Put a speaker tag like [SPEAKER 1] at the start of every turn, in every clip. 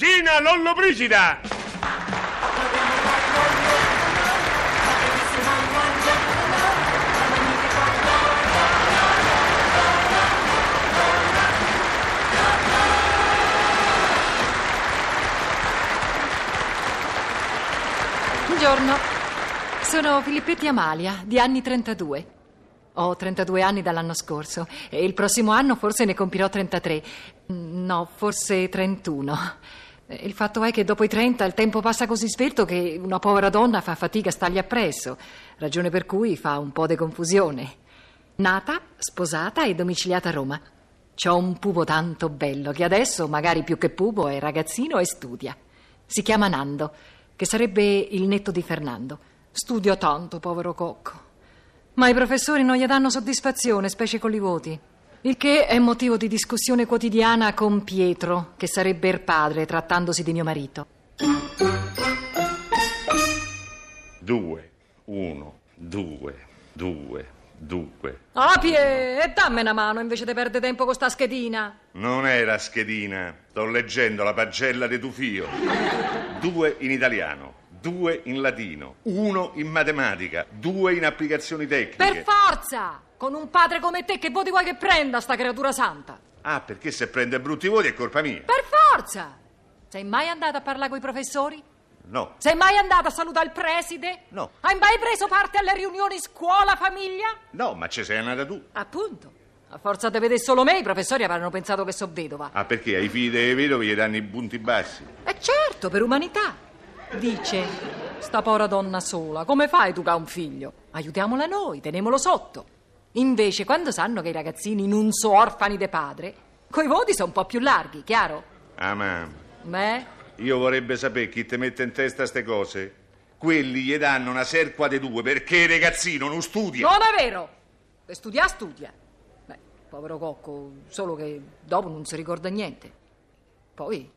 [SPEAKER 1] Brigida, nonno Brigida!
[SPEAKER 2] Buongiorno, sono Filippetti Amalia, di anni 32. Ho 32 anni dall'anno scorso e il prossimo anno forse ne compirò 33. No, forse 31. Il fatto è che dopo i 30 il tempo passa così svelto che una povera donna fa fatica a stargli appresso, ragione per cui fa un po' di confusione. Nata, sposata e domiciliata a Roma. C'ho un pupo tanto bello che adesso, magari più che pupo, è ragazzino e studia. Si chiama Nando, che sarebbe il netto di Fernando. Studia tanto, povero cocco. Ma i professori non gli danno soddisfazione, specie con i voti. Il che è motivo di discussione quotidiana con Pietro, che sarebbe il padre, trattandosi di mio marito.
[SPEAKER 1] 2, 1, 2, 2, 2.
[SPEAKER 2] Ah, Pie, e dammi una mano invece di perdere tempo con sta schedina.
[SPEAKER 1] Non è la schedina, sto leggendo la pagella di Tufio. Due in italiano, due in latino, uno in matematica, due in applicazioni
[SPEAKER 2] Per
[SPEAKER 1] tecniche.
[SPEAKER 2] forza! Con un padre come te che voti vuoi che prenda sta creatura santa?
[SPEAKER 1] ah, perché se prende brutti voti è colpa mia.
[SPEAKER 2] Per forza! Sei mai andata a parlare con i professori?
[SPEAKER 1] No,
[SPEAKER 2] Sei mai andata a salutare il preside?
[SPEAKER 1] No.
[SPEAKER 2] Hai mai preso parte alle riunioni scuola-famiglia?
[SPEAKER 1] no, ma ci sei andata tu.
[SPEAKER 2] Appunto. A forza di vedere solo me, i professori avranno pensato che so vedova.
[SPEAKER 1] Ah, perché ai figli dei vedovi gli danno i punti bassi?
[SPEAKER 2] E certo, per umanità. Dice, sta povera donna sola, come fai tu che hai un figlio? Aiutiamola noi, teniamolo sotto. Invece, quando sanno che i ragazzini non so orfani de padre, coi voti sono un po' più larghi, chiaro?
[SPEAKER 1] Ah, mamma.
[SPEAKER 2] Beh,
[SPEAKER 1] Io vorrebbe sapere chi ti mette in testa queste cose. Quelli gli danno una serqua di due perché il ragazzino non studia.
[SPEAKER 2] non è vero. Per studia, studia. Beh, povero cocco, solo che dopo non si ricorda niente. Poi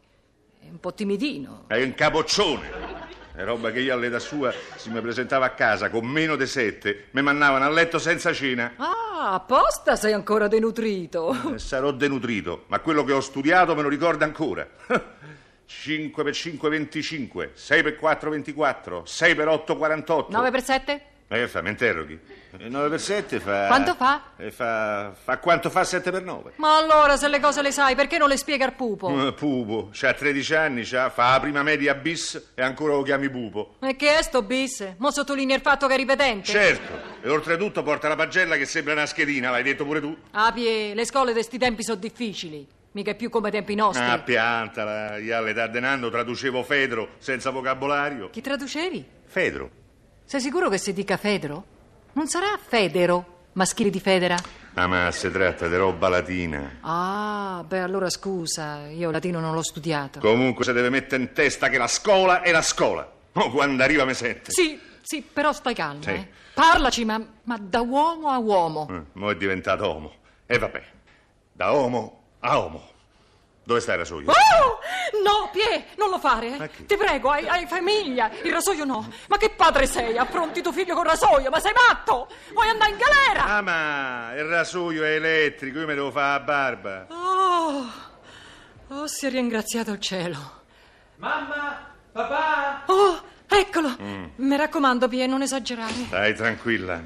[SPEAKER 2] è un po' timidino.
[SPEAKER 1] È un capoccione. È roba che io all'età sua si mi presentava a casa con meno di sette, mi mandavano a letto senza cena.
[SPEAKER 2] Ah, apposta sei ancora denutrito.
[SPEAKER 1] Eh, Sarò denutrito, ma quello che ho studiato me lo ricordo ancora. 5 per 5 25, 6 per 4 24, 6 per 8 48.
[SPEAKER 2] 9 per 7?
[SPEAKER 1] Ma che fa, mi interroghi? 9 per 7 fa...
[SPEAKER 2] Quanto fa?
[SPEAKER 1] Eh, fa... fa quanto fa 7 per 9.
[SPEAKER 2] Ma allora, se le cose le sai, perché non le spiega al pupo?
[SPEAKER 1] Eh, Pupo, c'ha 13 anni, c'ha- fa la prima media bis e ancora lo chiami Pupo.
[SPEAKER 2] E che è sto bis? Mo sottolinea il fatto che è ripetente.
[SPEAKER 1] Certo, e oltretutto porta la pagella che sembra una schedina, l'hai detto pure tu.
[SPEAKER 2] Apie, Ah, le scuole di sti tempi sono difficili. Mica è più come ai tempi nostri.
[SPEAKER 1] Ah, piantala, io all'età di Nando traducevo Fedro senza vocabolario.
[SPEAKER 2] Chi traducevi?
[SPEAKER 1] Fedro?
[SPEAKER 2] Sei sicuro che si dica Fedro? Non sarà Federo, maschile di Federa?
[SPEAKER 1] Ah, ma si tratta di roba latina.
[SPEAKER 2] Ah, beh, allora scusa, io latino non l'ho studiato.
[SPEAKER 1] Comunque si deve mettere in testa che la scuola è la scuola. Oh, quando arriva mi sente.
[SPEAKER 2] Sì, sì, però stai calma,
[SPEAKER 1] Sì.
[SPEAKER 2] eh. Parlaci, ma, ma da uomo a uomo.
[SPEAKER 1] Eh, Mo' è diventato uomo. E vabbè, da uomo a uomo. Dove stai rasoio?
[SPEAKER 2] Oh! No, Pie, non lo fare.
[SPEAKER 1] Ma
[SPEAKER 2] eh.
[SPEAKER 1] che?
[SPEAKER 2] Ti prego, hai, hai famiglia. Il rasoio no. Ma che padre sei? Affronti tuo figlio con rasoio? Ma sei matto? Vuoi andare in galera?
[SPEAKER 1] Ah, ma il rasoio è elettrico, io mi devo fare la barba.
[SPEAKER 2] Oh, oh, si è ringraziato il cielo.
[SPEAKER 3] Mamma! Papà!
[SPEAKER 2] Oh, eccolo.
[SPEAKER 1] Mm.
[SPEAKER 2] Mi raccomando, Pie, non esagerare.
[SPEAKER 1] Stai tranquilla.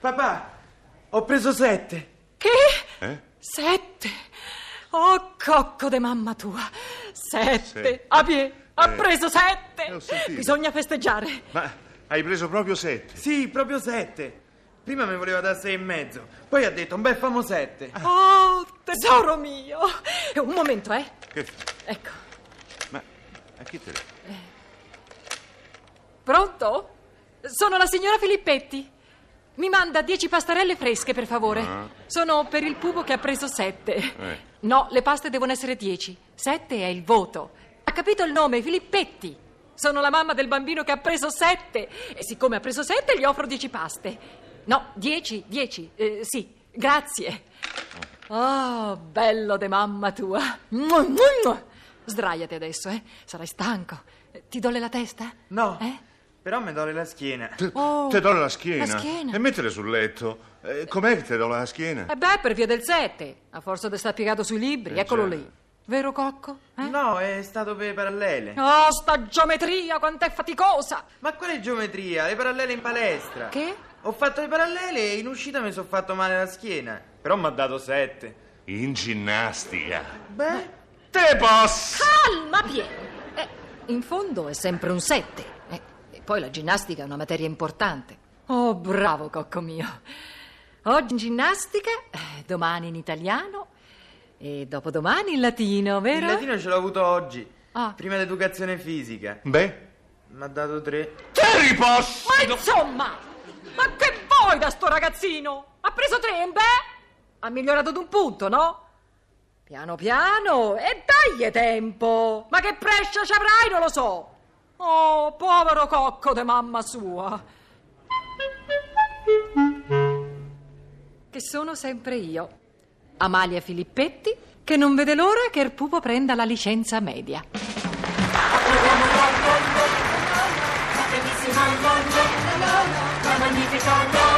[SPEAKER 3] Papà! Ho preso sette!
[SPEAKER 2] Che?
[SPEAKER 1] Eh?
[SPEAKER 2] Sette. Oh, cocco de mamma tua. Sette.
[SPEAKER 1] Sì.
[SPEAKER 2] A Pie, ha preso
[SPEAKER 1] Eh,
[SPEAKER 2] sette.
[SPEAKER 1] ho sentito.
[SPEAKER 2] Bisogna festeggiare.
[SPEAKER 1] Ma hai preso proprio sette.
[SPEAKER 3] Sì, proprio sette! Prima mi voleva da sei e mezzo, poi ha detto un bel famo sette!
[SPEAKER 2] Oh, tesoro mio. Un momento, eh.
[SPEAKER 1] Che-
[SPEAKER 2] Ecco.
[SPEAKER 1] Ma a chi te le...
[SPEAKER 2] Pronto? Sono la signora Filippetti. Mi manda dieci pastarelle fresche, per favore.
[SPEAKER 1] Ah.
[SPEAKER 2] Sono per il pupo che ha preso sette.
[SPEAKER 1] Eh.
[SPEAKER 2] No, le paste devono essere dieci. Sette è il voto. Ha capito il nome, Filippetti. Sono la mamma del bambino che ha preso sette. E siccome ha preso sette, gli offro dieci paste. No, dieci, dieci. Eh, sì, grazie. Oh, bello de mamma tua. Mua, mua, mua. Sdraiati adesso, eh. Sarai stanco. Eh, Ti dole la testa?
[SPEAKER 3] No!
[SPEAKER 2] Eh?
[SPEAKER 3] Però mi dole la schiena!
[SPEAKER 2] Oh,
[SPEAKER 1] Te do la schiena.
[SPEAKER 2] la schiena.
[SPEAKER 1] E mettere sul letto. Eh, com'è che te do la schiena?
[SPEAKER 2] Eh beh, per via del 7. A forza di sta piegato sui libri, eccolo
[SPEAKER 1] già.
[SPEAKER 2] lì. Vero Cocco? Eh?
[SPEAKER 3] No, è stato per le parallele.
[SPEAKER 2] Oh, sta geometria, quant'è faticosa!
[SPEAKER 3] Ma quale geometria? Le parallele in palestra.
[SPEAKER 2] Che?
[SPEAKER 3] Ho fatto le parallele e in uscita mi sono fatto male la schiena. Però mi ha dato sette.
[SPEAKER 1] In ginnastica.
[SPEAKER 3] Beh,
[SPEAKER 1] Te posso!
[SPEAKER 2] Calma, Piero! Eh, in fondo è sempre un sette. Eh, e poi la ginnastica è una materia importante. Oh, bravo Cocco mio! Oggi in ginnastica, eh, domani in italiano e dopodomani in latino,
[SPEAKER 3] il
[SPEAKER 2] vero?
[SPEAKER 3] latino ce l'ho avuto oggi.
[SPEAKER 2] Ah.
[SPEAKER 3] Prima l'educazione fisica.
[SPEAKER 1] Beh,
[SPEAKER 3] Mi ha dato tre.
[SPEAKER 1] te riposso!
[SPEAKER 2] Ma insomma! Ma che vuoi da sto ragazzino? Ha preso tre, beh? Ha migliorato d'un punto, no? Piano piano e dagli tempo! Ma che prescia ci avrai, non lo so! Oh, povero cocco de mamma sua! Che sono sempre io, Amalia Filippetti, che non vede l'ora che il pupo prenda la licenza media.
[SPEAKER 4] Bellissimo il mondo, la magnifica